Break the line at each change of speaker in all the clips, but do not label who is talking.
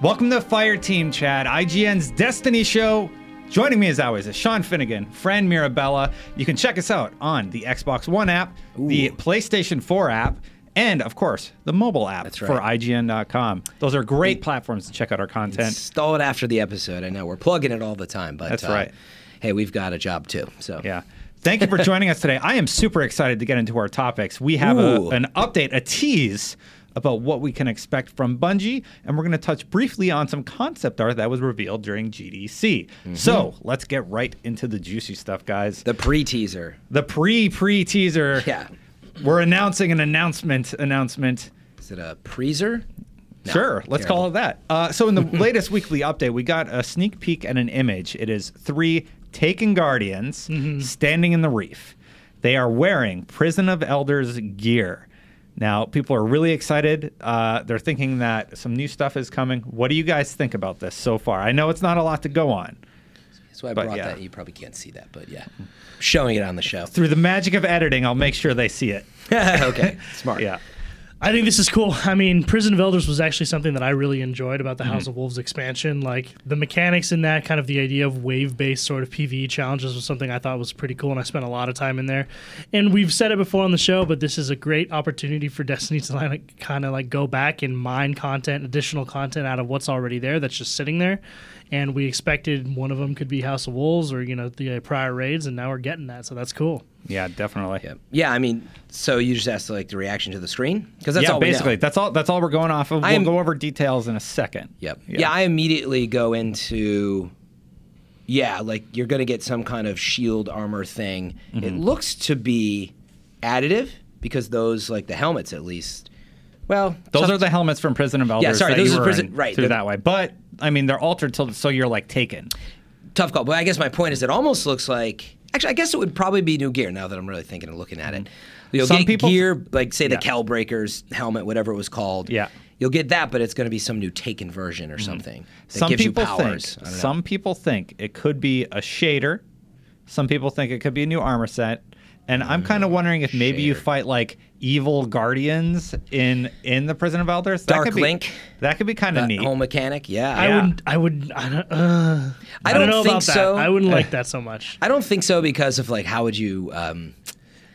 Welcome to Fire Team Chad, IGN's Destiny Show. Joining me as always is Sean Finnegan, Fran Mirabella. You can check us out on the Xbox One app, the PlayStation 4 app, and of course, the mobile app
That's
for
right.
IGN.com. Those are great platforms to check out our content.
Stall it after the episode. I know we're plugging it all the time, but uh,
That's right.
Hey, we've got a job too. So
Yeah. Thank you for joining us today. I am super excited to get into our topics. We have a,
Ooh.
an update, a tease about what we can expect from Bungie, and we're going to touch briefly on some concept art that was revealed during GDC.
Mm-hmm.
So let's get right into the juicy stuff, guys.
the pre-teaser.
The pre pre teaser.
Yeah.
We're announcing an announcement announcement.
Is it a preezer? No,
Sure, let's
terrible.
call it that. Uh, so, in the latest weekly update, we got a sneak peek and an image. It is three taken guardians
Mm-hmm.
standing in the reef. They are wearing Prison of Elders gear. Now, people are really excited. Uh, they're thinking that some new stuff is coming. What do you guys think about this so far? I know it's not a lot to go on.
That's why I
But
brought
yeah.
that. You probably can't see that, but yeah, showing it on the show.
Through the magic of editing, I'll make sure they see it.
okay, smart.
Yeah.
I think this is cool. I mean, Prison of Elders was actually something that I really enjoyed about
Mm-hmm.
the House of Wolves expansion. Like the mechanics in that, kind of the idea of wave based sort of PvE challenges was something I thought was pretty cool, and I spent a lot of time in there. And we've said it before on the show, but this is a great opportunity for Destiny to like, kind of like go back and mine content, additional content out of what's already there that's just sitting there. And we expected one of them could be House of Wolves or, you know, the uh, prior raids, and now we're getting that. So that's cool.
Yeah, definitely.
Yeah. Yeah, I mean, so you just asked like the reaction to the screen because that's
yeah,
all we know.
basically. That's all that's all we're going off of. We'll
I am-
go over details in a second.
Yep. Yeah. I immediately go into yeah, like you're going to get some kind of shield armor thing.
Mm-hmm.
It looks to be additive because those like the helmets at least. Well,
Those
some-
are the helmets from Prison of Elders.
sorry,
that
those
you
are
were
prison-
in
right,
through
they're-
that way. But I mean, they're altered till so you're like taken.
tough call. But I guess my point is, it almost looks like. Actually, I guess it would probably be new gear now that I'm really thinking and looking at it. You'll
Mm-hmm. Some
get
people-
gear, like say the
Yeah.
Calbreakers helmet, whatever it was called.
Yeah. Mm-hmm.
You'll get that, but it's going to be some new Taken version or something that
some
gives
people
you powers. I
think
don't know.
some people think it could be a shader. Some people think it could be a new armor set. And I'm kind of wondering if maybe you
shader.
fight like evil guardians in in the Prison of Elders. That
Dark
could be,
Link.
That could be kind of
That
neat.
whole mechanic, yeah.
Yeah.
I would, I would, I don't, uh,
I
I don't
don't
know
think
about
so.
that. I wouldn't like that so much.
I don't think so because of like how would you um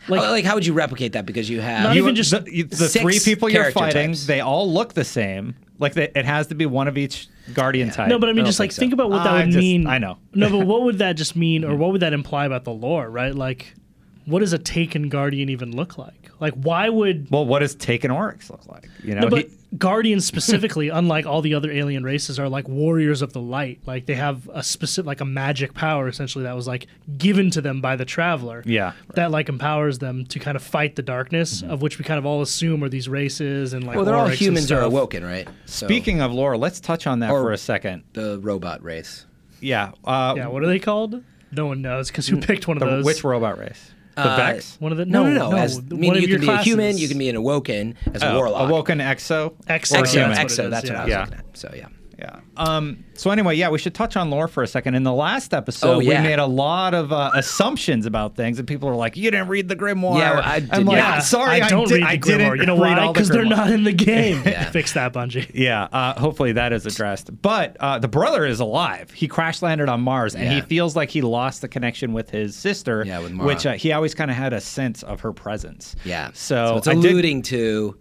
like,
Like-
like how would you replicate that because you have
Not
You-
even just
the, you- the
six
three people you're
character
fighting.
types.
They all look the same. Like they, it has to be one of each guardian type.
No, but I mean,
don't
just like
think
think,
so.
about what that
Ah, I
would
just-
mean.
I know. Mm-hmm.
no, but what would that just mean, or what would that imply about the lore? Right? Like, what does a Taken Guardian even look like? Like, why would
well, what does taken oryx look like? You know,
no, but
he-
Guardians specifically, unlike all the other alien races, are like warriors of the light. Like they have a specific, like a magic power essentially that was like given to them by the traveler.
Yeah. Mm-hmm.
that like empowers them to kind of fight the darkness, of which we kind of all assume are these races and like.
well they're all
Oryx and
humans are
stuff.
awoken, right? So,
Speaking of lore, let's touch on that
Or-
for a second.
the robot race.
Yeah. Uh,
Yeah, what are they called? No one knows because who picked one of
Mm, the-
those?
which robot race? The
Uh,
Vex?
One of the
No,
no,
no, no. as, I mean,
one
you
of
can
your
be
classes.
a human, you can be an awoken as a
Oh,
warlock.
Awoken Exo?
Exo,
Or
that's
Exo,
human.
what it
Exo,
is,
that's what I was
yeah.
looking at. So yeah.
Yeah. Um, so anyway, yeah, we should touch on lore for a second. In the last episode,
Oh, yeah.
we made a lot of uh, assumptions about things, and people are like, "You didn't read the Grimoire."
Yeah, well, I
am
did
like,
not.
Yeah,
sorry, I,
I don't
did,
read the
I
Grimoire.
didn't
You know
read
why?
all the
Because they're
Grimoire.
not in the game.
Yeah.
Fix that, Bungie.
Yeah, uh, hopefully that is addressed. But uh, the brother is alive. He crash landed on Mars, and he
Yeah.
feels like he lost the connection with his sister.
Yeah, with Mara.
which uh, he always kind of had a sense of her presence.
Yeah.
So,
it's
I did-
alluding to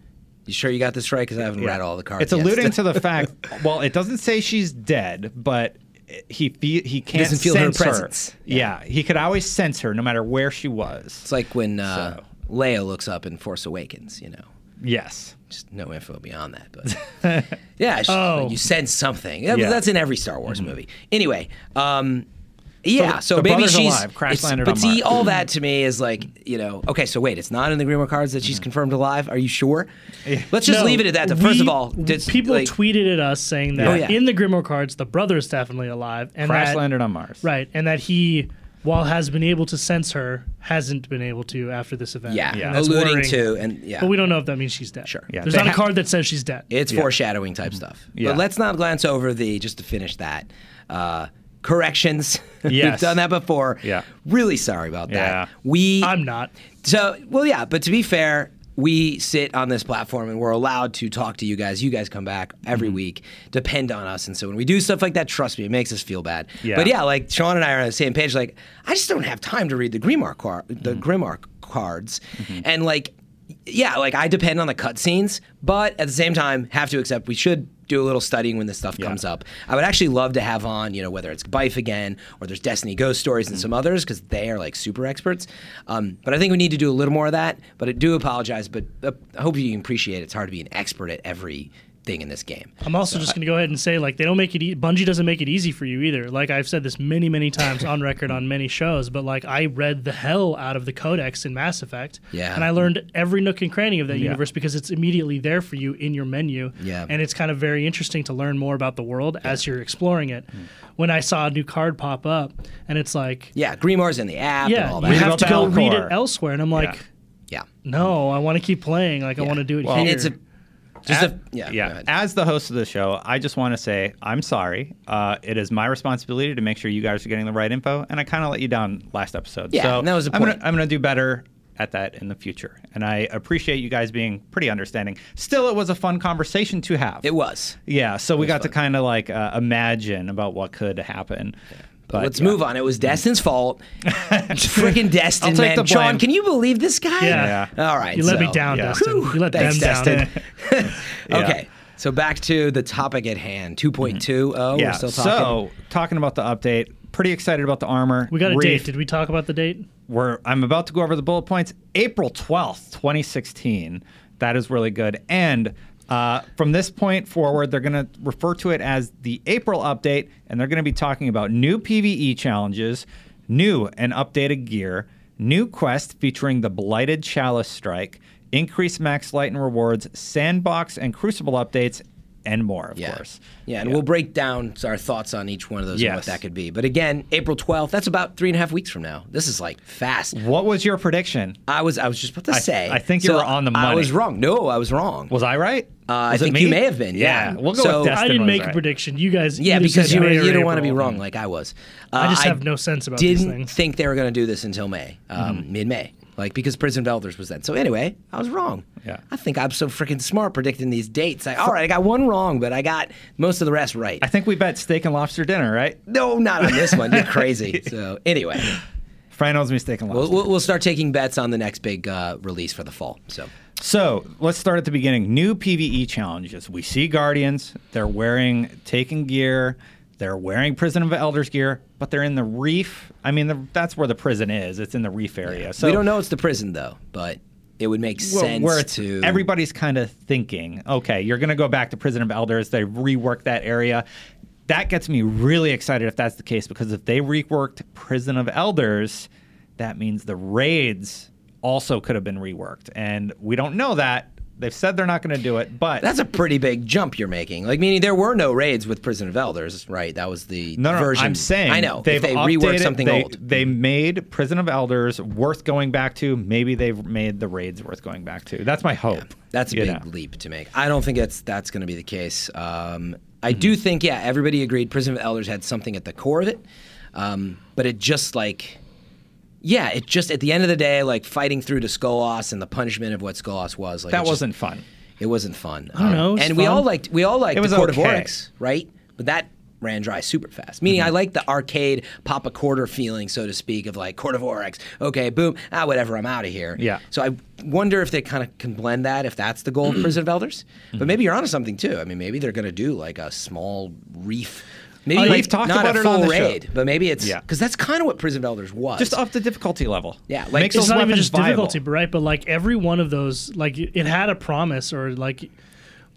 you sure you got this right? Because I haven't
yeah.
read all the cards.
It's
yet.
alluding to the fact. Well, it doesn't say she's dead, but he fe- he can't
doesn't feel her
sense
presence.
Yeah. he could always sense her no matter where she was.
It's like when uh,
So.
Leia looks up in Force Awakens, you know.
Yes.
Just no info beyond that, but yeah, it's just
Oh.
like you sense something. That-
Yeah. Mm-hmm.
That's in every Star Wars movie. Anyway, um,
So
yeah, so,
the
maybe
brother's
she's
alive, crash
it's-
landed
But
on
see,
Mars. Mm-hmm.
all that to me is like you know. Okay, so wait, it's not in the Grimoire cards that
Mm-hmm.
she's confirmed alive. Are you sure? Let's just
No,
leave it at that. though. First
we-
of all, did-
people
like,
tweeted at us saying that
Oh, yeah.
in the Grimoire cards, the brother is definitely alive, and
Crash
that,
landed on Mars.
right, and that he, while has been able to sense her, hasn't been able to after this event.
yeah,
And that's
alluding
worrying.
to, and yeah,
But we don't know if that means she's dead.
Sure.
Yeah,
There's
they
not a
ha-
card that says she's dead.
It's foreshadowing type stuff.
Mm-hmm. Yeah.
But let's not glance over the just to finish that. Uh, corrections.
Yes.
We've done that before.
Yeah.
Really sorry about that.
Yeah.
We
I'm not.
So well yeah, but to be fair, we sit on this platform and we're allowed to talk to you guys. You guys come back every week, depend on us. And so when we do stuff like that, trust me, it makes us feel bad.
Yeah.
But yeah, like Sean and I are on the same page. Like, I just don't have time to read the Greenmark car- the
Mm-hmm.
Grimark cards. And like, yeah, like I depend on the cutscenes, but at the same time, have to accept we should do a little studying when this stuff comes up. I would actually love to have on, you know, whether it's Bife again or there's Destiny Ghost Stories
Mm-hmm.
and some others because they are like super experts. Um, but I think we need to do a little more of that. But I do apologize, but uh, I hope you can appreciate it's hard to be an expert at every thing in this game.
I'm also just going to go ahead and say, like, they don't make it. E- Bungie doesn't make it easy for you either. Like I've said this many, many times on record on many shows, but like I read the hell out of the Codex in Mass Effect,
Yeah.
and I learned every nook and cranny of that universe because it's immediately there for you in your menu,
Yeah.
and it's kind of very interesting to learn more about the world as you're exploring it.
Hmm.
When I saw a new card pop up, and it's like,
Yeah, Grimoire's in the app and
yeah,
all
you
that.
Read
have
about
to
the
go read
Alcor.
it elsewhere, and I'm like,
yeah.
no, I want to keep playing. Like I want to do it
Well,
here.
it's a just
At-
a yeah, go ahead.
As the host of the show, I just want to say I'm sorry. Uh, it is my responsibility to make sure you guys are getting the right info, and I kind of let you down last episode.
Yeah,
so
and that was the
I'm
point.
Gonna, I'm going to do better at that in the future, and I appreciate you guys being pretty understanding. Still, it was a fun conversation to have.
It was.
yeah, so we got to kind of like uh, imagine about what could happen. But
Let's
yeah.
move on. It was Destin's fault. Freaking Destin,
I'll take
man.
the
Sean,
blame.
can you believe this guy?
Yeah.
All right.
you let me
so-
down,
yeah.
Dustin. You let
Thanks,
them down.
Destin.
Yeah. Mm-hmm.
Okay. So back to the topic at hand. 2.2. Oh,
Yeah,
we're still talking.
so talking about the update, pretty excited about the armor.
We got a
Reef,
date. Did we talk about the date?
we're I'm about to go over the bullet points. April 12th, 2016. That is really good. And uh, from this point forward, they're going to refer to it as the April update, and they're going to be talking about new PVE challenges, new and updated gear, new quest featuring the Blighted Chalice Strike, increased max light and rewards, sandbox and crucible updates, and more, of
yeah.
course.
Yeah, and we'll break down our thoughts on each one of those and what
Yes.
that could be. But again, April 12th, that's about three and a half weeks from now. This is like fast.
What was your prediction?
I was I was just about to
I-
say.
I think you were on the
I
money.
was wrong. No, I was wrong.
Was I right?
Uh, I
Was it
think
me?
you may have been, yeah.
We'll go
So-
with Destin
I didn't
was
make a
right.
prediction. You guys,
Yeah,
either
because
said
you, were,
May or
you don't want to be
April.
wrong like I was. Uh,
I just have no sense about these
didn't
things. Mm-hmm.
think they were going to do this until May, um, mid-May, like because Prison of Elders was then. So anyway, I was wrong.
Yeah.
I think I'm so freaking smart predicting these dates. I, all right, I got one wrong, but I got most of the rest right.
I think we bet steak and lobster dinner, right?
no, not on this one. You're crazy. So anyway,
Fran owes me steak and lobster.
we'll, we'll, we'll start taking bets on the next big uh, release for the fall. So
so let's start at the beginning. New PVE challenges. We see Guardians. They're wearing Taken gear. They're wearing Prison of Elders gear, but they're in the Reef. I mean, the, that's where the prison is. It's in the Reef area. So
we don't know it's the prison though, but it would make
where-
sense
where it's,
to
everybody's kind of thinking, okay, you're going to go back to Prison of Elders. They rework that area. That gets me really excited if that's the case, because if they reworked Prison of Elders, that means the raids also could have been reworked. And we don't know that. They've said they're not going to do it, but
That's a pretty big jump you're making. Like, meaning there were no raids with Prison of Elders, right? That was the
no, no,
version.
I'm saying
I know.
they've
if they
updated,
reworked something
they,
old.
They made Prison of Elders worth going back to. Maybe they've made the raids worth going back to. That's my hope.
That's a
you
big
know.
leap to make. I don't think that's that's going to be the case. Um, I
Mm-hmm.
do think, yeah, everybody agreed Prison of Elders had something at the core of it, um, but it just like, yeah, it just at the end of the day, like fighting through to Skolas and the punishment of what Skolas was. Like it
That
just-
wasn't fun.
It wasn't fun.
don't know, it was
and we
fun.
all liked we all liked
It was
the Court of
okay.
Oryx, right? But that ran dry super fast. Meaning
Mm-hmm.
I like the arcade pop a quarter feeling, so to speak, of like Court of Oryx. Okay, boom, ah, whatever, I'm out of here.
Yeah.
So I wonder if they kind of can blend that, if that's the goal of Prison of Elders.
Mm-hmm.
But maybe you're onto something too. I mean, maybe they're gonna do like a small reef. Maybe
Oh,
like
we've talked
not
about
a
it on
full
the show.
raid, but maybe it's
Yeah.
because that's kind of what Prison of Elders was.
just up the difficulty level.
Yeah, like,
Makes
it's
those
it's not even
weapons
just
viable.
difficulty, but right, but like every one of those, like it had a promise, or like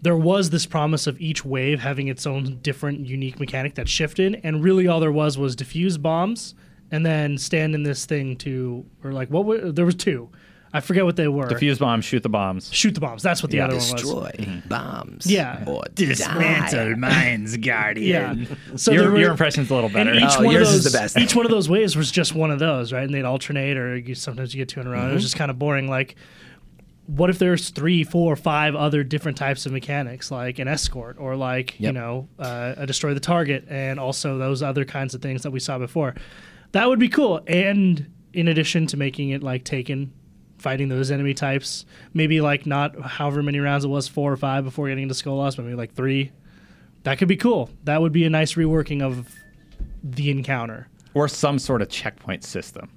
there was this promise of each wave having its own different, unique mechanic that shifted, and really all there was was defuse bombs, and then stand in this thing to, or like what were there was two, I forget what they were.
Defuse bombs, shoot the bombs.
Shoot the bombs. That's what the
Yeah,
other one was.
destroy
Mm-hmm.
bombs.
Yeah.
Or die.
mines, guardian.
Yeah. So
your,
there were-
your impression's a little better.
And each
Oh,
one
yours
of
is
those,
the best.
Each one of those waves was just one of those, right? And they'd alternate, or you, sometimes you get two in a row. It
Mm-hmm.
was just kind of boring. Like, what if there's three, four, five other different types of mechanics, like an escort, or like you
Yep.
know, uh, a destroy the target, and also those other kinds of things that we saw before. That would be cool. And in addition to making it like Taken, fighting those enemy types. Maybe like not however many rounds it was, four or five before getting into Skolas, but maybe like three. That could be cool. That would be a nice reworking of the encounter.
or some sort of checkpoint system.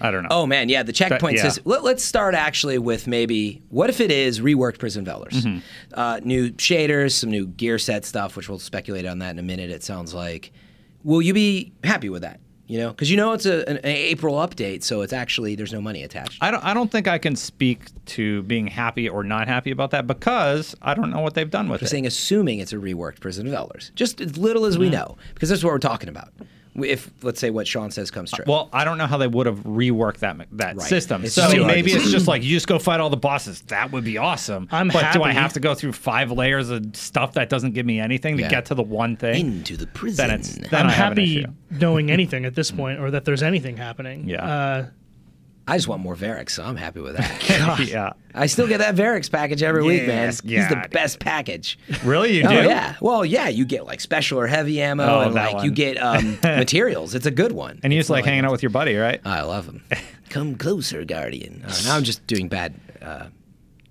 I don't know.
Oh man, yeah, the checkpoint
yeah.
says. Let, us start actually with maybe what if it is reworked Prison Velders,
Mm-hmm.
uh, new shaders, some new gear set stuff, which we'll speculate on that in a minute. It sounds like, will you be happy with that? You know, because you know it's a, an, an April update, so it's actually there's no money attached.
I don't. I don't think I can speak to being happy or not happy about that because I don't know what they've done with
We're
it.
saying assuming it's a reworked Prison of Elders, just as little as we
Mm-hmm.
know, because that's what we're talking about. We- If let's say what Sean says comes true,
Well, I don't know how they would have reworked that me- that
Right.
system.
It's
so
too hard
maybe
to
it's just like you just go fight all the bosses. That would be awesome.
I'm
but do I
happy.
have to go through five layers of stuff that doesn't give me anything
Yeah.
to get to the one thing?
into the prison.
then it's then
I'm
I have an
happy
issue.
knowing anything at this point, or that there's anything happening.
Yeah.
Uh,
I just want more Varix, so I'm happy with that.
yeah.
I still get that Varix package every week, man.
Yes,
He's the
God.
best package.
Really, you do?
Oh yeah. Well, yeah. You get like special or heavy ammo,
Oh,
and
that
like
one.
you get um, materials. It's a good one.
And you're just like hanging out with your buddy, right?
I love him. Come closer, Guardian. Uh, now I'm just doing bad uh,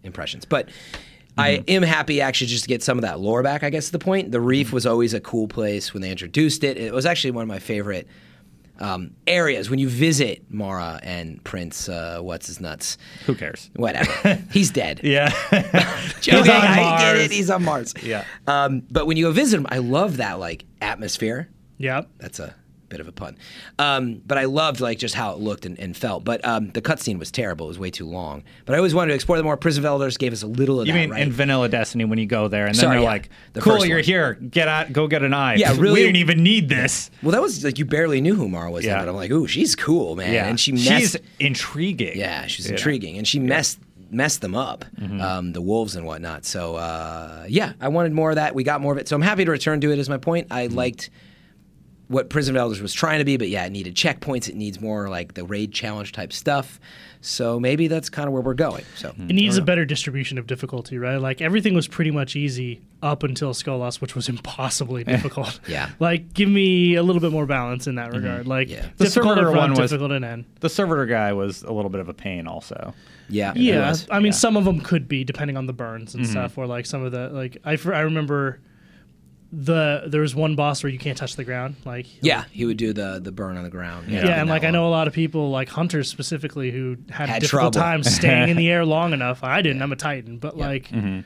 impressions, but
Mm-hmm.
I am happy actually just to get some of that lore back. I guess is the point. The Reef
Mm-hmm.
was always a cool place when they introduced it. It was actually one of my favorite um, areas when you visit Mara and Prince. Uh, what's his nuts?
Who cares?
Whatever. He's dead.
Yeah.
Joking.
He's on
I get
Mars.
it. He's on Mars.
Yeah.
Um, but when you go visit him, I love that like atmosphere.
yeah.
Mm,
That's a bit of a pun. Um, but I loved like just how it looked and, and felt. But um, the cutscene was terrible. It was way too long. But I always wanted to explore the more. Prison of Elders gave us a little of
You
that.
mean
right?
in Vanilla Destiny when you go there and then
Sorry,
they're
yeah.
like,
The
"Cool,
first
you're
one.
here. Get out. Go get an eye.
Yeah, really-
We didn't even need this.
well, that was like you barely knew who Mara was. then,
Yeah.
But I'm like, ooh, she's cool, man.
Yeah,
And she
she's
messed.
intriguing.
yeah, she's
You know?
intriguing, and she messed messed them up, um, the wolves and whatnot. So uh, yeah, I wanted more of that. We got more of it. So I'm happy to return to it. Is my point. I liked. what Prison of Elders was trying to be, but yeah, it needed checkpoints. It needs more like the raid challenge type stuff. So maybe that's kind of where we're going. So
It needs a better distribution of difficulty, right? Like everything was pretty much easy up until Skolas, which was
Eh,
impossibly difficult.
Yeah.
Like give me a little bit more balance in that regard. Like
Yeah.
Mm-hmm. The
difficult at
server
run,
one was-
difficult at end.
The servitor guy was a little bit of a pain, also.
yeah, it
Yeah,
was.
I mean, some of them could be depending on the burns
Mm-hmm.
and stuff, or like some of the like I, fr- I remember the there was one boss where you can't touch the ground, like
yeah. He would do the the burn on the ground.
yeah, and like I know a lot of people, like hunters specifically, who had,
Had
difficult
trouble.
times staying in the air long enough. I didn't. I'm a titan, but like
Mm-hmm.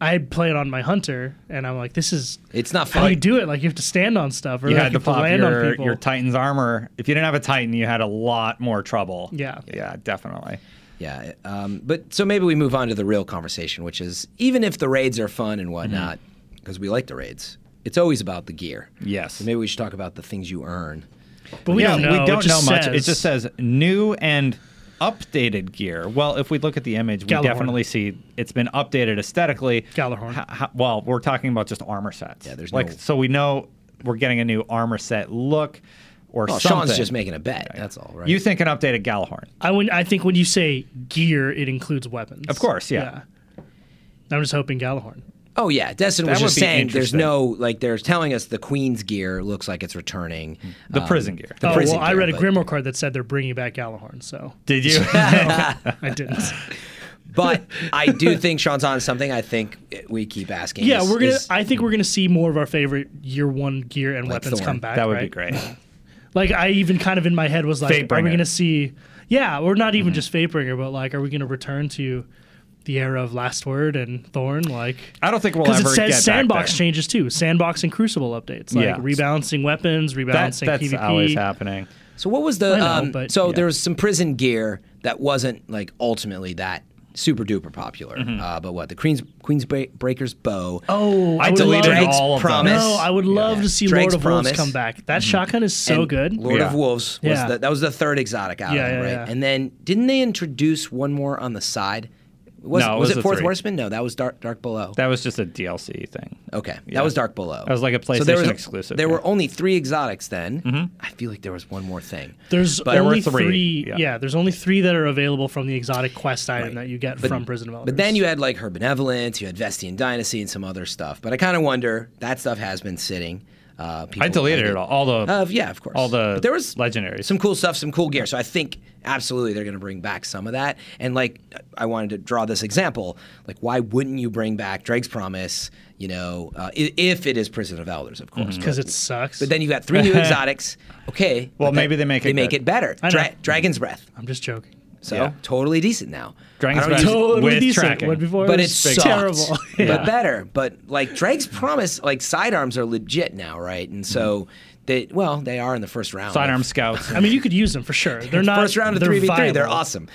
I play it on my hunter, and I'm like, this is
It's not
how do you
fun.
do it. Like you have to stand on stuff, or
You
like,
had
you
to
have to
pop
land on
your,
people.
your Titan's armor. If you didn't have a Titan, you had a lot more trouble.
Yeah.
Yeah, definitely.
Yeah, um, but so maybe we move on to the real conversation, which is even if the raids are fun
Mm-hmm.
and whatnot, because we like the raids, it's always about the gear.
Yes.
So maybe we should talk about the things you earn.
but we
yeah,
don't know.
we don't
it just
know much. It
says-
just says new and updated gear. Well, if we look at the image,
Galahorn.
we definitely see it's been updated aesthetically.
Galahorn.
Ho- ho- well, we're talking about just armor sets. Yeah,
there's
like
no-
so we know we're getting a new armor set look or
Well,
something.
Oh, Sean's just making a bet. That's all, right?
You think an updated Galahorn?
I when I think when you say gear, it includes weapons.
Of course, yeah.
I'm just hoping Galahorn.
Oh yeah, Destin was
That
just
would be
saying there's
interesting.
no like they're telling us the Queen's gear looks like it's returning.
The prison gear.
Oh well,
prison
I
gear,
read a
but-
Grimoire card that said they're bringing back Galahorn, so
Did you?
I didn't.
Um, But I do think Sean's on something. I think we keep asking.
Yeah,
is-
we're gonna.
is-
I think we're gonna see more of our favorite year one gear and weapons
Thorn.
come back.
that would be
right?
great.
Like I even kind of in my head was like, are we
Fatebringer. Mm-hmm.
gonna see? Yeah, or not even just Fatebringer, but like, are we gonna return to the era of Last Word and Thorn? Like,
I don't think we'll
because
ever
it
get
says sandbox
back there.
changes too, sandbox and Crucible updates, like
Yeah.
rebalancing weapons,
That,
rebalancing
that's
PvP.
always happening.
so what was the?
I know,
um,
but-
so
yeah.
there was some prison gear that wasn't like ultimately that super duper popular. Uh, but what the Queen's Queen's Bra- Breaker's bow?
Mm-hmm. Oh, I,
I
would
deleted
love,
Drake's
all of them.
promise.
No, I would love to see
Drake's
Lord of
Promise.
Wolves come back.
Mm-hmm.
That shotgun is so
And
good.
Lord of
Yeah.
Wolves was
Yeah.
the, that was the third exotic out
Yeah,
of it,
yeah,
right?
yeah.
And then didn't they introduce one more on the side? Was,
No, it
was,
was
it
the
Fourth
three.
Horseman? No, that was Dark Dark Below.
That was just a DLC thing.
Okay,
Yeah.
that was Dark Below.
That was like a
there was
PlayStation exclusive,
There
yeah. Mm-hmm.
were only three exotics then. I feel like there was one more thing.
There's
But- There
were
only
three,
three.
yeah.
yeah. there's only three that are available from the exotic quest item that you get from Prison of Elders.
But then you had like her benevolence, you had Vestian Dynasty, and some other stuff. But I kind of wonder that stuff has been sitting. Uh, people
I deleted
like
it all. all the
Uh, yeah, of course.
all the
But there was
legendaries.
some cool stuff, some cool gear. So I think absolutely they're going to bring back some of that. And like I wanted to draw this example, like why wouldn't you bring back Drake's Promise? You know, uh, i- if it is Prison of Elders, of
Mm-hmm.
course.
because it sucks.
But then you've got three new exotics. Okay.
Well,
but that-
maybe they make it
they make
good.
it better.
I know.
Dra- Dragon's Breath.
I'm just joking.
So
Yeah.
totally decent now.
Dragon's
I
Breath.
don't use-
Totally
With
decent.
tracking.
What before
but
it
it's
was
terrible,
terrible.
but better. But like Drake's promise, like sidearms are legit now, right? And
Mm-hmm.
so they, well, they are in the first round.
sidearm scouts.
I mean, you could use them for sure. They're not
first round of
they're
three v three. They're
viable.
awesome.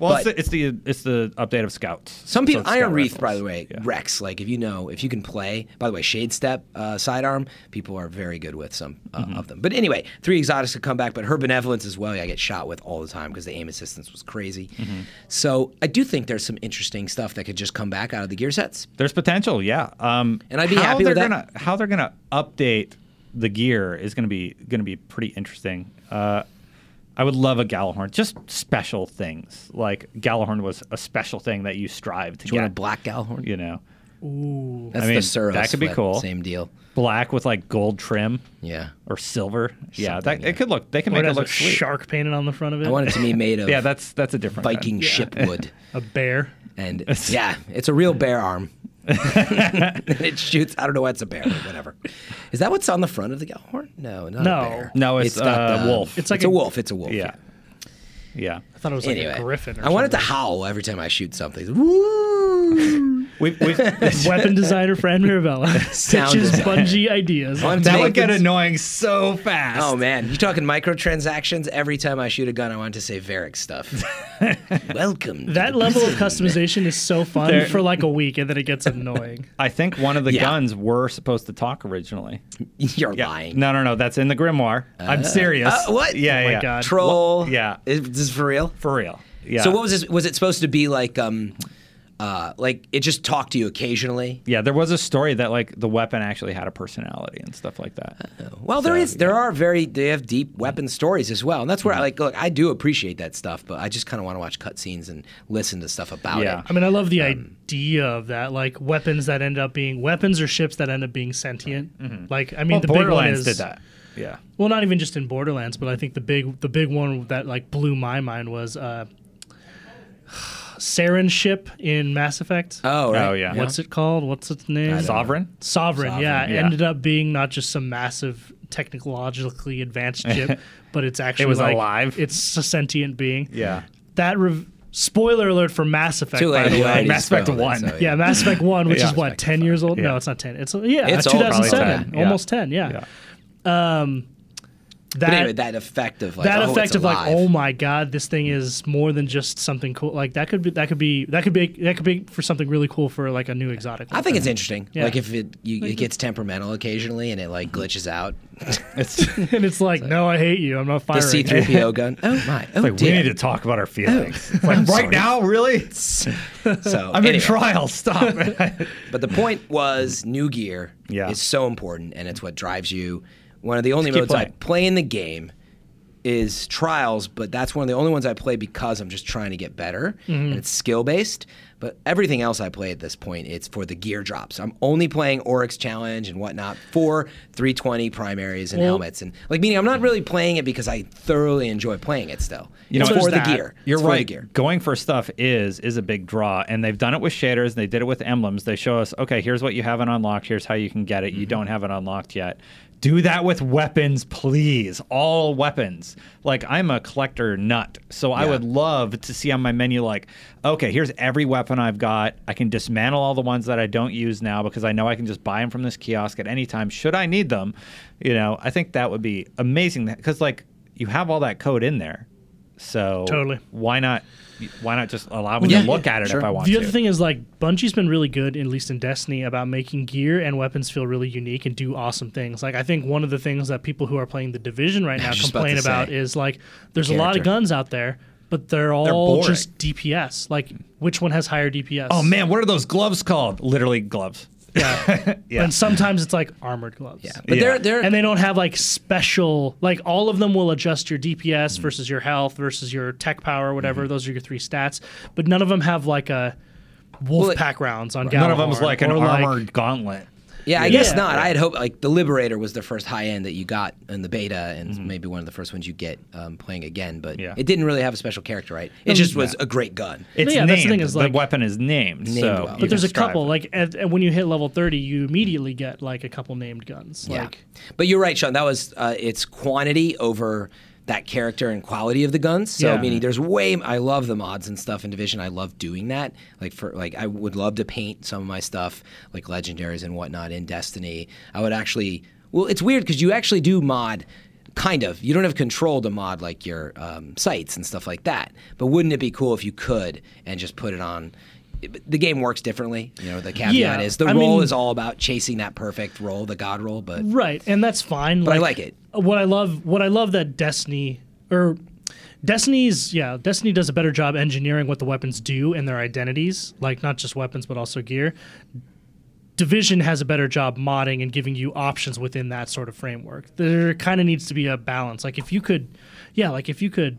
well,
But-
it's, the, it's the it's the update of scouts.
Some people,
So it's
Iron
scout
Wreath,
rifles.
by the way, Rex. Like if you know, if you can play. By the way, Shade Step uh, sidearm. People are very good with some uh,
Mm-hmm.
of them. But anyway, three exotics could come back. But her benevolence as well. Yeah, I get shot with all the time because the aim assistance was crazy.
Mm-hmm.
So I do think there's some interesting stuff that could just come back out of the gear sets.
There's potential, yeah. Um,
And I'd be
how
happy
they're
with that.
Gonna, how they're gonna update the gear is gonna be gonna be pretty interesting. Uh, I would love a Gallahorn, just special things. Like Gallahorn was a special thing that you strive to
Do you
get.
want a black Galhorn?
you know,
Ooh,
That's
I mean,
the Suros.
that could be
flip,
cool.
Same deal.
black with like gold trim
Yeah.
or silver. yeah,
Something,
that
yeah.
it could look. They can
or it
make it
has a
look sweet.
shark painted on the front of it.
I want it to be made of
Yeah, that's that's a different kind.
Viking ship wood.
a bear.
And yeah, it's a real bear arm. and it shoots. I don't know why it's a bear, but whatever. Is that what's on the front of the Gellhorn? No, not
No.
a bear.
No, it's,
got
uh, wolf.
It's
It's
like
like
a-
a, wolf. It's a wolf.
Yeah, yeah.
I thought it was like
Anyway,
a griffin. Or
I want it to
something.
howl every time I shoot something. Woo!
We've, we've,
Weapon designer Fran Mirabella
Sound
pitches
design.
Bungie ideas.
I want it to
that
make
would get
this-
annoying so fast.
Oh man, you talking microtransactions? Every time I shoot a gun, I want to say Varric stuff. Welcome. to
That
the
level of
prison.
customization is so fun
There-
for like a week, and then it gets annoying.
I think one of the
Yeah.
guns were supposed to talk originally.
You're
Yeah.
lying.
No, no, no. That's in the grimoire. I'm serious.
Uh, what?
Yeah,
Oh my
yeah.
God.
Troll.
What? Yeah.
Is this is for real?
For real. Yeah.
So what was this? Was it supposed to be like, um, uh, like it just talked to you occasionally?
Yeah, there was a story that like the weapon actually had a personality and stuff like that.
Well, there is. There are very. They have deep weapon stories as well, and that's where I like. Look, I do appreciate that stuff, but I just kind of want to watch cutscenes and listen to stuff about
Yeah.
it.
I mean, I love the
Um,
idea of that, like weapons that end up being weapons or ships that end up being sentient. Like, I
Mm-hmm. Well,
mean, the big one
Borderlands
is
did that. Yeah.
well, not even just in Borderlands, but I think the big the big one that like blew my mind was uh, Saren ship in Mass Effect.
Oh, right.
Oh yeah.
What's it called? What's its name?
Sovereign?
Sovereign, yeah,
Sovereign, yeah.
ended up being not just some massive technologically advanced chip, but it's actually
was
like,
alive.
It's a sentient being.
Yeah.
That rev- spoiler alert for Mass Effect.
Too
by
late.
the
you
way.
already
Mass Effect
spoiled it,
one.
so,
Yeah, Mass Effect One, which
Yeah.
is what ten years old?
Yeah.
No, it's not ten. It's yeah,
It's
two
old,
thousand
probably
seven,
10, yeah.
almost
Uh,
ten. Yeah. Um, that
But anyway, that effect of like
that
oh,
effect
it's
of like,
alive.
oh my god, this thing is more than just something cool. Like that could be that could be that could be that could be for something really cool for like a new exotic.
I think it's interesting.
Yeah.
Like if it you, it gets temperamental occasionally and it like glitches out.
It's, it's
and it's like, no, I hate you. I'm not
The
firing.
C three PO gun. Oh my. Oh
like we
dear.
need to talk about our feelings. It's like right now, really?
So
I'm in
anyway.
trial. Stop.
But the point was, new gear
Yeah.
is so important, and it's what drives you. One of the only
keep
modes I
playing.
play in the game is trials, but that's one of the only ones I play because I'm just trying to get better,
Mm-hmm.
and it's skill based. But everything else I play at this point, it's for the gear drops. I'm only playing Oryx Challenge and whatnot for 320 primaries and
Well-
helmets, and like meaning I'm not really playing it because I thoroughly enjoy playing it. Still,
You know,
it's
there's
for the
that.
gear.
You're
It's for the
right.
gear.
Going for stuff is is a big draw, and they've done it with shaders. And they did it with emblems. They show us, okay, here's what you haven't unlocked. Here's how you can get it. You don't have it unlocked yet. Do that with weapons, please. All weapons. Like I'm a collector nut, so I
Yeah.
would love to see on my menu like, okay, here's every weapon I've got. I can dismantle all the ones that I don't use now because I know I can just buy them from this kiosk at any time should I need them. You know, I think that would be amazing because like you have all that code in there. So
Totally.
Why not? Why not just allow me
Yeah,
to look at it if
sure.
I want
The
to?
other thing is like Bungie's been really good, at least in Destiny, about making gear and weapons feel really unique and do awesome things. Like I think one of the things that people who are playing the Division right now
was just about
complain
to
about
say.
is like there's a lot of
Character.
guns out there, but they're all
boring.
just DPS. Like which one has higher DPS?
oh man, what are those gloves called? Literally gloves.
yeah.
Yeah.
And sometimes it's like armored gloves.
Yeah, but
Yeah.
they're they're
and they don't have like special like all of them will adjust your
Mm-hmm.
DPS versus your health versus your tech power whatever those are your three stats but none of them have like a wolf
Well, it-
pack rounds on
None of them's
Galahorn,
like an
or,
armored gauntlet.
Yeah, I
Yeah.
guess not. I had hoped like the Liberator was the first high end that you got in the beta, and
Mm-hmm.
maybe one of the first ones you get um, playing again. But
Yeah.
it didn't really have a special character, right?
Um,
It just was a great gun.
It's
yeah,
named.
that's the thing is, like-
weapon is named.
Named
so
well.
you
But
But there's
can
a
strive
couple
for it.
like at, at- when you hit level 30, you immediately get like a couple named guns.
Yeah.
Like
but you're right, Sean. That was uh, its quantity over that character and quality of the guns. So
Yeah.
meaning there's way. I love the mods and stuff in Division. I love doing that. Like for like, I would love to paint some of my stuff like legendaries and whatnot in Destiny. I would actually. Well, it's weird because you actually do mod. Kind of. You don't have control to mod like your um, sites and stuff like that. But wouldn't it be cool if you could and just put it on? The game works differently. You know, the caveat
Yeah,
is the
I
role
mean-
is all about chasing that perfect role, the god role. But
Right, and that's fine.
But I like it.
What I love, what I love that Destiny or Destiny's, yeah, Destiny does a better job engineering what the weapons do and their identities, like not just weapons but also gear. Division has a better job modding and giving you options within that sort of framework. There kind of needs to be a balance. Like if you could, yeah, like if you could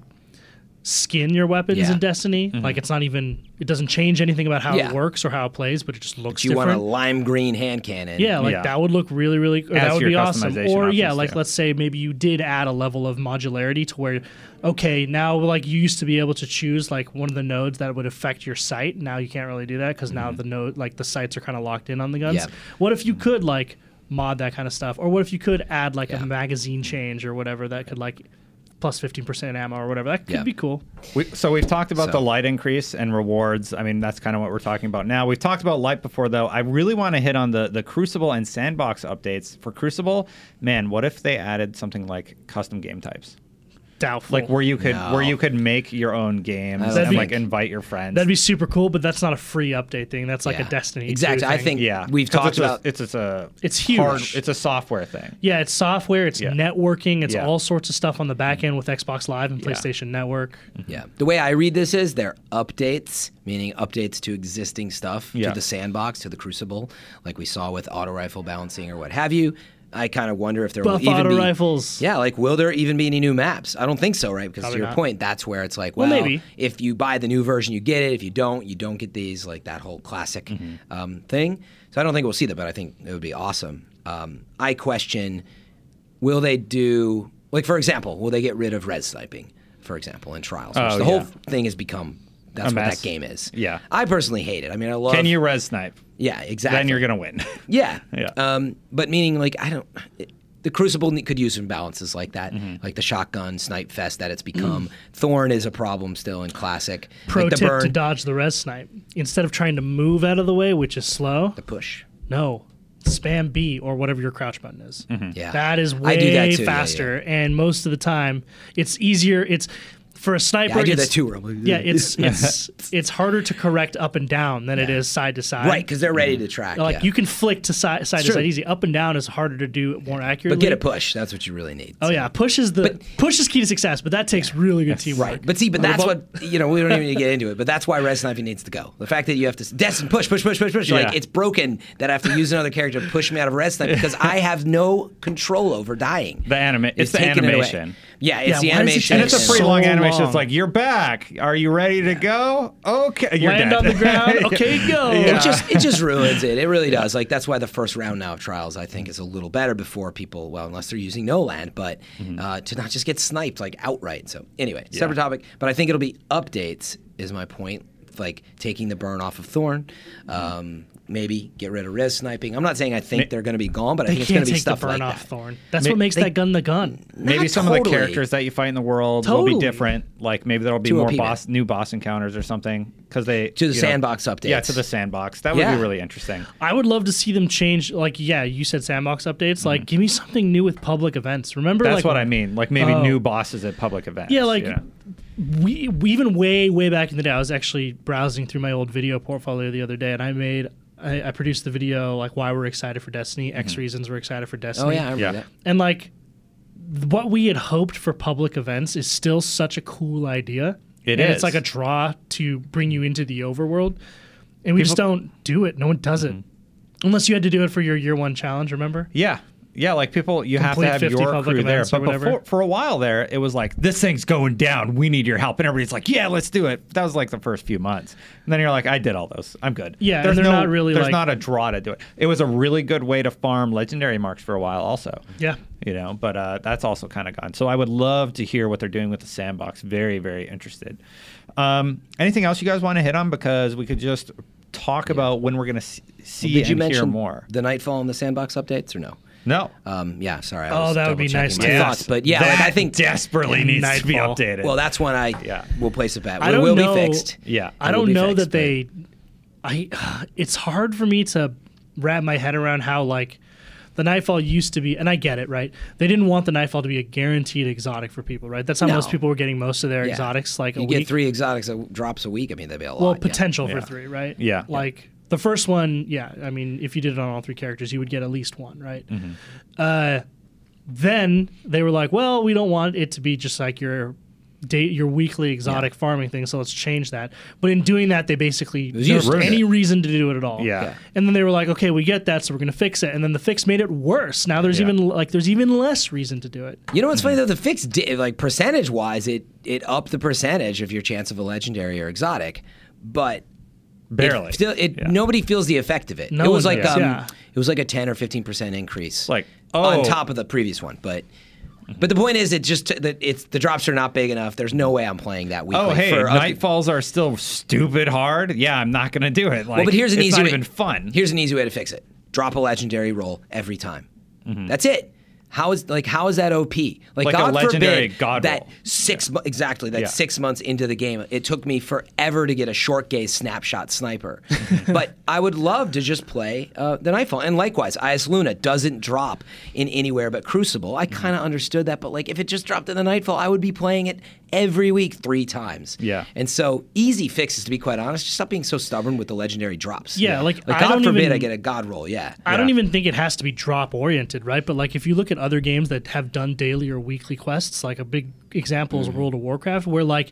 skin your weapons
Yeah.
in Destiny, like it's not even, it doesn't change anything about how
Yeah.
it works or how it plays, but it just looks
Do you
different.
want a lime green hand cannon?
Yeah, like
Yeah.
that would look really, really. Or
As
that would
your
be awesome.
customization
Or yeah,
options,
like
yeah.
let's say maybe you did add a level of modularity to where, okay, now like you used to be able to choose like one of the nodes that would affect your site. Now you can't really do that because
Mm-hmm.
now the node like the sites are kind of locked in on the guns.
Yeah.
What if you could like mod that kind of stuff, or what if you could add like a magazine change or whatever that could like plus fifteen percent ammo or whatever that could
Yeah.
be cool.
We, so we've talked about
So-
the light increase and rewards. I mean, that's kind of what we're talking about now. We've talked about light before, though. I really want to hit on the the Crucible and Sandbox updates for Crucible. Man, what if they added something like custom game types,
Doubtful.
like where you could where
No.
you could make your own games
I don't
and
think-
like invite your friends.
That'd be super cool, but that's not a free update thing. That's like
Yeah.
a Destiny. 2
Exactly. I
thing.
think
yeah.
we've
'Cause
talked
it's
about-
a, it's, it's a
It's huge.
it's a software thing.
Yeah, it's software, it's
Yeah.
networking, it's
Yeah.
all sorts of stuff on the back end with Xbox Live and PlayStation Network.
Yeah. The way I read this is they're updates, meaning updates to existing stuff,
Yeah.
to the sandbox, to the crucible, like we saw with auto rifle balancing or what have you. I kind of wonder if there will
Buff
even
auto
be
rifles.
Yeah, like will there even be any new maps? I don't think so, right? Because
Probably
to your
not.
point, that's where it's like, well,
Well, maybe.
if you buy the new version, you get it. If you don't, you don't get these. Like that whole classic
Mm-hmm.
um, thing. So I don't think we'll see that, but I think it would be awesome. Um, I question: Will they do like, for example, will they get rid of res sniping, for example, in trials? Which
Oh,
the whole
yeah.
thing has become. That's
A
what
mess.
that game is.
Yeah.
I personally hate it. I mean, I love.
Can you res snipe?
Yeah, exactly.
Then you're gonna win.
Yeah.
Yeah.
Um, but meaning like I don't. It, the Crucible ne- could use some balances like that, like the shotgun snipe fest that it's become. Thorn is a problem still in classic.
Pro
like the
tip
burn,
to dodge the res snipe. Instead of trying to move out of the way, which is slow,
the push.
no. Spam B or whatever your crouch button is.
Yeah.
That is way
Mm-hmm. I do that too, yeah,
faster. And most of the time it's easier it's for a sniper.
I do
it's-
that too. where I'm like,
Yeah, it's it's it's harder to correct up and down than it is side to side.
right because they're ready to track.
Like
yeah.
you can flick to side side to
true.
side easy. Up and down is harder to do more accurately.
but get a push. That's what you really need.
Oh
So-
yeah, push is the push is key to success, but that takes really good teamwork.
Right, but see, but that's what you know. We don't even need to get into it, but that's why res sniping needs to go. The fact that you have to s- Destin push, push, push, push, push.
Yeah.
Like it's broken that I have to use another character to push me out of res snipe because I have no control over dying.
The anima- it's the
taken away.
animation.
yeah,
Yeah,
it's the
why does it
animation,
And it's a
It's
pretty
so
long animation.
long.
It's like you're back. Are you ready to go? Okay, you're
Land
dead.
on the ground. Okay, go.
It just it just ruins it. It really does. Like that's why the first round now of trials I think is a little better before people. Well, unless they're using no land, but
Mm-hmm.
uh, to not just get sniped like outright. So anyway, separate topic. But I think it'll be updates is my point. Like taking the burn off of Thorn.
Mm-hmm.
Um, Maybe get rid of res sniping. I'm not saying I think they're going to be gone, but I
they
think it's going
can't
to be
take the
stuff
burn
like
off
that.
Thorn. That's
Ma-
what makes
they-
that gun the gun.
Maybe
Not
some of the
totally.
characters that you fight in the world will be
Totally.
different. Like maybe there'll be
To a
more
peanut.
boss, new boss encounters or something. Because they
To the
you know-
sandbox updates.
Yeah, to the sandbox. That would
Yeah.
be really interesting.
I would love to see them change. Like, yeah, you said sandbox updates.
Mm-hmm.
Like, give me something new with public events. Remember,
That's
like,
what I mean. Like maybe
Oh.
new bosses at public events.
Yeah, like
you know?
we, we even way way back in the day, I was actually browsing through my old video portfolio the other day, and I made I, I produced the video like why we're excited for Destiny, X reasons we're excited for Destiny.
Mm-hmm. Oh yeah, I remember
Yeah.
that.
and like th- what we had hoped for public events is still such a cool idea.
It
and
is.
It's like a draw to bring you into the overworld,
Mm-hmm.
and we just don't do it. No one does it, unless you had to do it for your year one challenge. Remember?
yeah. Yeah, like people, you have to
Complete
have
50
your
public
crew there.
events or
But
whatever.
before, for a while there, it was like this thing's going down. We need your help, and everybody's like, "Yeah, let's do it." That was like the first few months, and then you're like, "I did all those. I'm good."
Yeah, and they're not really,
There's
like-
not a draw to do it. It was a really good way to farm legendary marks for a while, also.
Yeah.
You know, but uh, that's also kind of gone. So I would love to hear what they're doing with the sandbox. Very, very interested. Um, anything else you guys want to hit on? Because we could just talk about when we're going to see, see
Did you
and hear
mention
more.
the Nightfall and the Sandbox updates or no?
No.
Um, yeah, sorry. I
Oh,
was
that would be
double-checking
nice
My
to have.
thoughts, but yeah, like, I think
desperately
Yeah,
needs to be
Nightfall.
updated.
Well, that's one I
Yeah.
will place it back.
I
it
don't
will
know-
be fixed.
yeah.
It
I
will
don't
be
know
fixed,
that they. I. It's hard for me to wrap my head around how like the Nightfall used to be, and I get it, right? They didn't want the Nightfall to be a guaranteed exotic for people, right? That's how
No.
most people were getting most of their
Yeah.
exotics, like
you
a
get
week.
three exotics that drops a week. I mean, that'd be a lot.
well,
yeah.
potential
Yeah.
for three, right?
Yeah.
Like the first one, yeah. I mean, if you did it on all three characters, you would get at least one, right?
Mm-hmm.
Uh, then they were like, well, we don't want it to be just like your day, your weekly exotic farming thing, so let's change that. But in doing that, they basically
was used
there was
to
any
it.
reason to do it at all.
Yeah. Yeah.
And then they were like, okay, we get that, so we're gonna fix it. And then the fix made it worse. Now there's
Yeah.
even like there's even less reason to do it.
You know what's
Mm.
funny though? The fix did like percentage wise, it it upped the percentage of your chance of a legendary or exotic, but it
barely.
still, it
Yeah.
nobody feels the effect of it.
No
it was
one
like
does,
um,
yeah.
it was like a ten or fifteen percent increase,
Like, oh.
on top of the previous one, but. But the point is, it just that it's the drops are not big enough. There's no way I'm playing that weekly.
Oh hey,
for us-
nightfalls are still stupid hard. Yeah, I'm not gonna do it. Like,
well, but here's an
it's
easy
not
way.
even fun.
Here's an easy way to fix it: drop a legendary roll every time. That's it. How is like how is that OP? Like,
Mm-hmm. Like a
God
legendary
forbid
God
that
roll.
six mo- exactly that
Yeah.
six months into the game, it took me forever to get a short gaze snapshot sniper. but I would love to just play uh, the Nightfall, and likewise, Is Luna doesn't drop in anywhere but Crucible.
Mm-hmm.
I kind of understood that, but like if it just dropped in the Nightfall, I would be playing it every week three times.
Yeah.
and so easy fixes to be quite honest. Just stop being so stubborn with the legendary drops.
Yeah, like, I
God
don't
forbid
even-
I get a God roll. Yeah.
I don't
Yeah.
even think it has to be drop oriented, right? But like if you look at other games that have done daily or weekly quests, like a big example is World of Warcraft, where like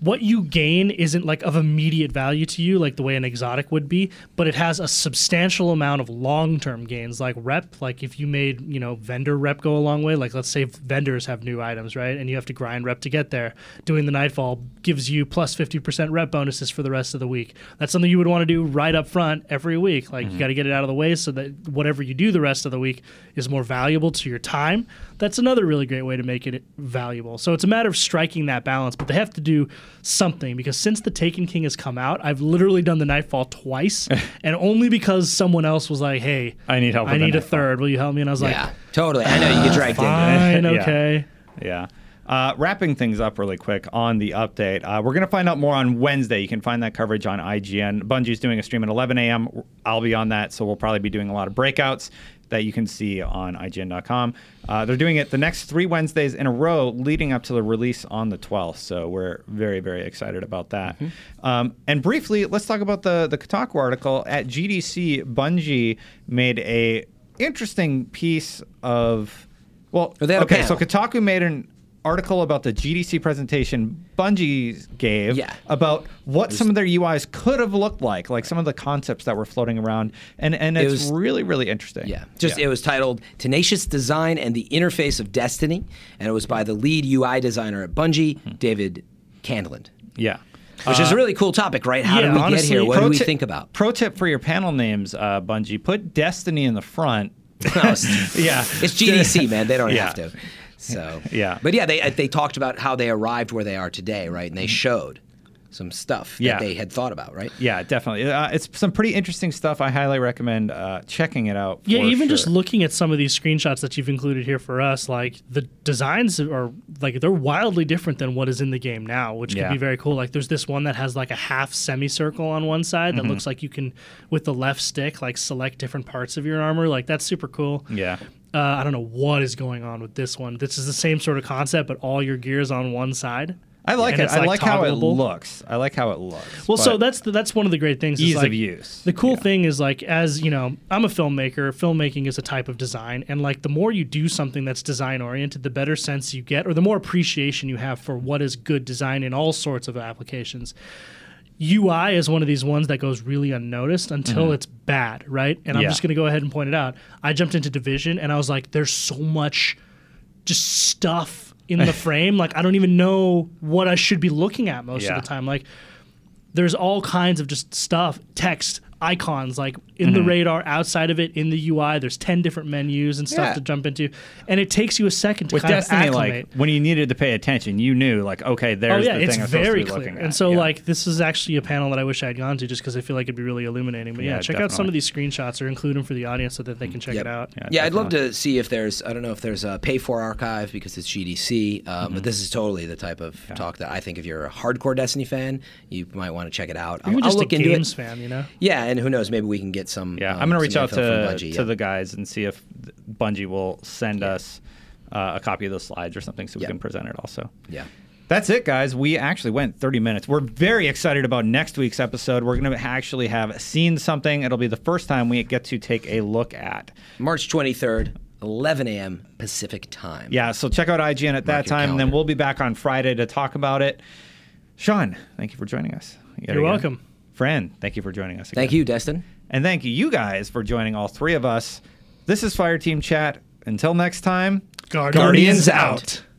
what you gain isn't like of immediate value to you, like the way an exotic would be, but it has a substantial amount of long term gains, like rep. Like if you made, you know, vendor rep go a long way, like let's say vendors have new items, right? And you have to grind rep to get there. Doing the Nightfall gives you plus 50% rep bonuses for the rest of the week. That's something you would want to do right up front every week. Like
Mm-hmm.
you got to get it out of the way so that whatever you do the rest of the week is more valuable to your time. That's another really great way to make it valuable. So it's a matter of striking that balance, but they have to do something because since The Taken King has come out, I've literally done the Nightfall twice and only because someone else was like, "Hey,
I need help
I
with the
need a
Nightfall."
third. Will you help me?" And I was
yeah,
like,
totally. I know you get dragged into it.
"Fine,
Yeah.
okay."
Yeah. Uh, wrapping things up really quick on the update, uh, we're going to find out more on Wednesday. You can find that coverage on IGN. Bungie's doing a stream at 11 a.m. I'll be on that, so we'll probably be doing a lot of breakouts that you can see on IGN.com. Uh, they're doing it the next three Wednesdays in a row leading up to the release on the 12th, so we're very, very excited about that.
Mm-hmm.
Um, and briefly, let's talk about the, the Kotaku article. At GDC, Bungie made a interesting piece of... Well,
Or Oh, they had a
okay, so
panel.
Kotaku made an article about the GDC presentation Bungie gave
Yeah.
about what some of their UIs could have looked like, like some of the concepts that were floating around, and and it's
was-
really really interesting.
Yeah, just it was titled "Tenacious Design and the Interface of Destiny," and it was by the lead UI designer at Bungie,
Hmm.
David Candland,
yeah.
which is a really cool topic, right? How
Uh, yeah,
did we
honestly,
get here? What
Pro
do we
ti-
think about?
Pro tip for your panel names, uh, Bungie: put Destiny in the front.
No, it's-
Yeah,
It's GDC, man. They don't
Yeah.
have to. So
Yeah.
but yeah, they they talked about how they arrived where they are today, right? And they showed some stuff
Mm-hmm. Yeah.
that they had thought about, right?
yeah, definitely. Uh, it's some pretty interesting stuff. I highly recommend uh, checking it out.
Yeah,
for
even just
sure.
looking at some of these screenshots that you've included here for us, like the designs are like they're wildly different than what is in the game now, which
Yeah.
can be very cool. Like there's this one that has like a half semicircle on one side
Mm-hmm.
that looks like you can with the left stick like select different parts of your armor. Like that's super cool.
Yeah.
Uh, I don't know what is going on with this one. This is the same sort of concept, but all your gears on one side.
I like
And
it.
it's,
I like how it
toggleable.
looks. I like how it looks.
Well, so
but-
that's the, that's one of the great things. is,
Ease of
like,
use.
The cool
Yeah.
thing is like as you know, I'm a filmmaker. Filmmaking is a type of design, and like the more you do something that's design oriented, the better sense you get, or the more appreciation you have for what is good design in all sorts of applications UI is one of these ones that goes really unnoticed until it's bad, right? And I'm
Mm-hmm. Yeah.
just going to go ahead and point it out. I jumped into Division and I was like, there's so much just stuff in the frame. Like, I don't even know what I should be looking at most
Yeah.
of the time. Like, there's all kinds of just stuff, text, icons, like in
Mm-hmm.
the radar, outside of it, in the UI. There's 10 different menus and stuff
Yeah.
to jump into. And it takes you a second to
With
kind
Destiny,
of acclimate.
like when you needed to pay attention, you knew like okay,
Oh
there's
yeah,
the
it's
thing I'm supposed to
very
be
clear.
looking at.
And so,
Yeah.
like, this is actually a panel that I wish I had gone to, just because I feel like it'd be really illuminating. But yeah,
Yeah,
check out
definitely.
some
Mm,
of these screenshots or include them for the audience so that they can check
Yep.
it out.
Yeah,
Yeah, I'd love to see if there's, I don't know if there's a pay for archive because it's GDC, um,
Mm-hmm.
but this is totally the type of talk that I think if you're a hardcore Destiny fan, you might want to check it out.
Even
I'll,
just
I'll
a
look into it.
games fan, you know.
Yeah, and who knows? Maybe we can get some.
Yeah,
um,
I'm gonna reach
some
out to
info from Bungie,
to
yeah.
the guys and see if Bungie will send us uh, a copy of those slides or something so we
Yeah.
can present it also.
Yeah.
That's it, guys. We actually went 30 minutes. We're very excited about next week's episode. We're going to actually have seen something. It'll be the first time we get to take a look at.
March 23rd, 11 a.m. Pacific time.
Yeah, so check out IGN at that
your
time. Then
calendar.
we'll be back on Friday to talk about it. Sean, thank you for joining us. yet
You're
again.
welcome.
Friend, thank you for joining us.
Thank
again.
you, Destin.
And thank you, you guys, for joining all three of us. This is Fire Team Chat. Until next time,
Guardians
Guardians
out.
out.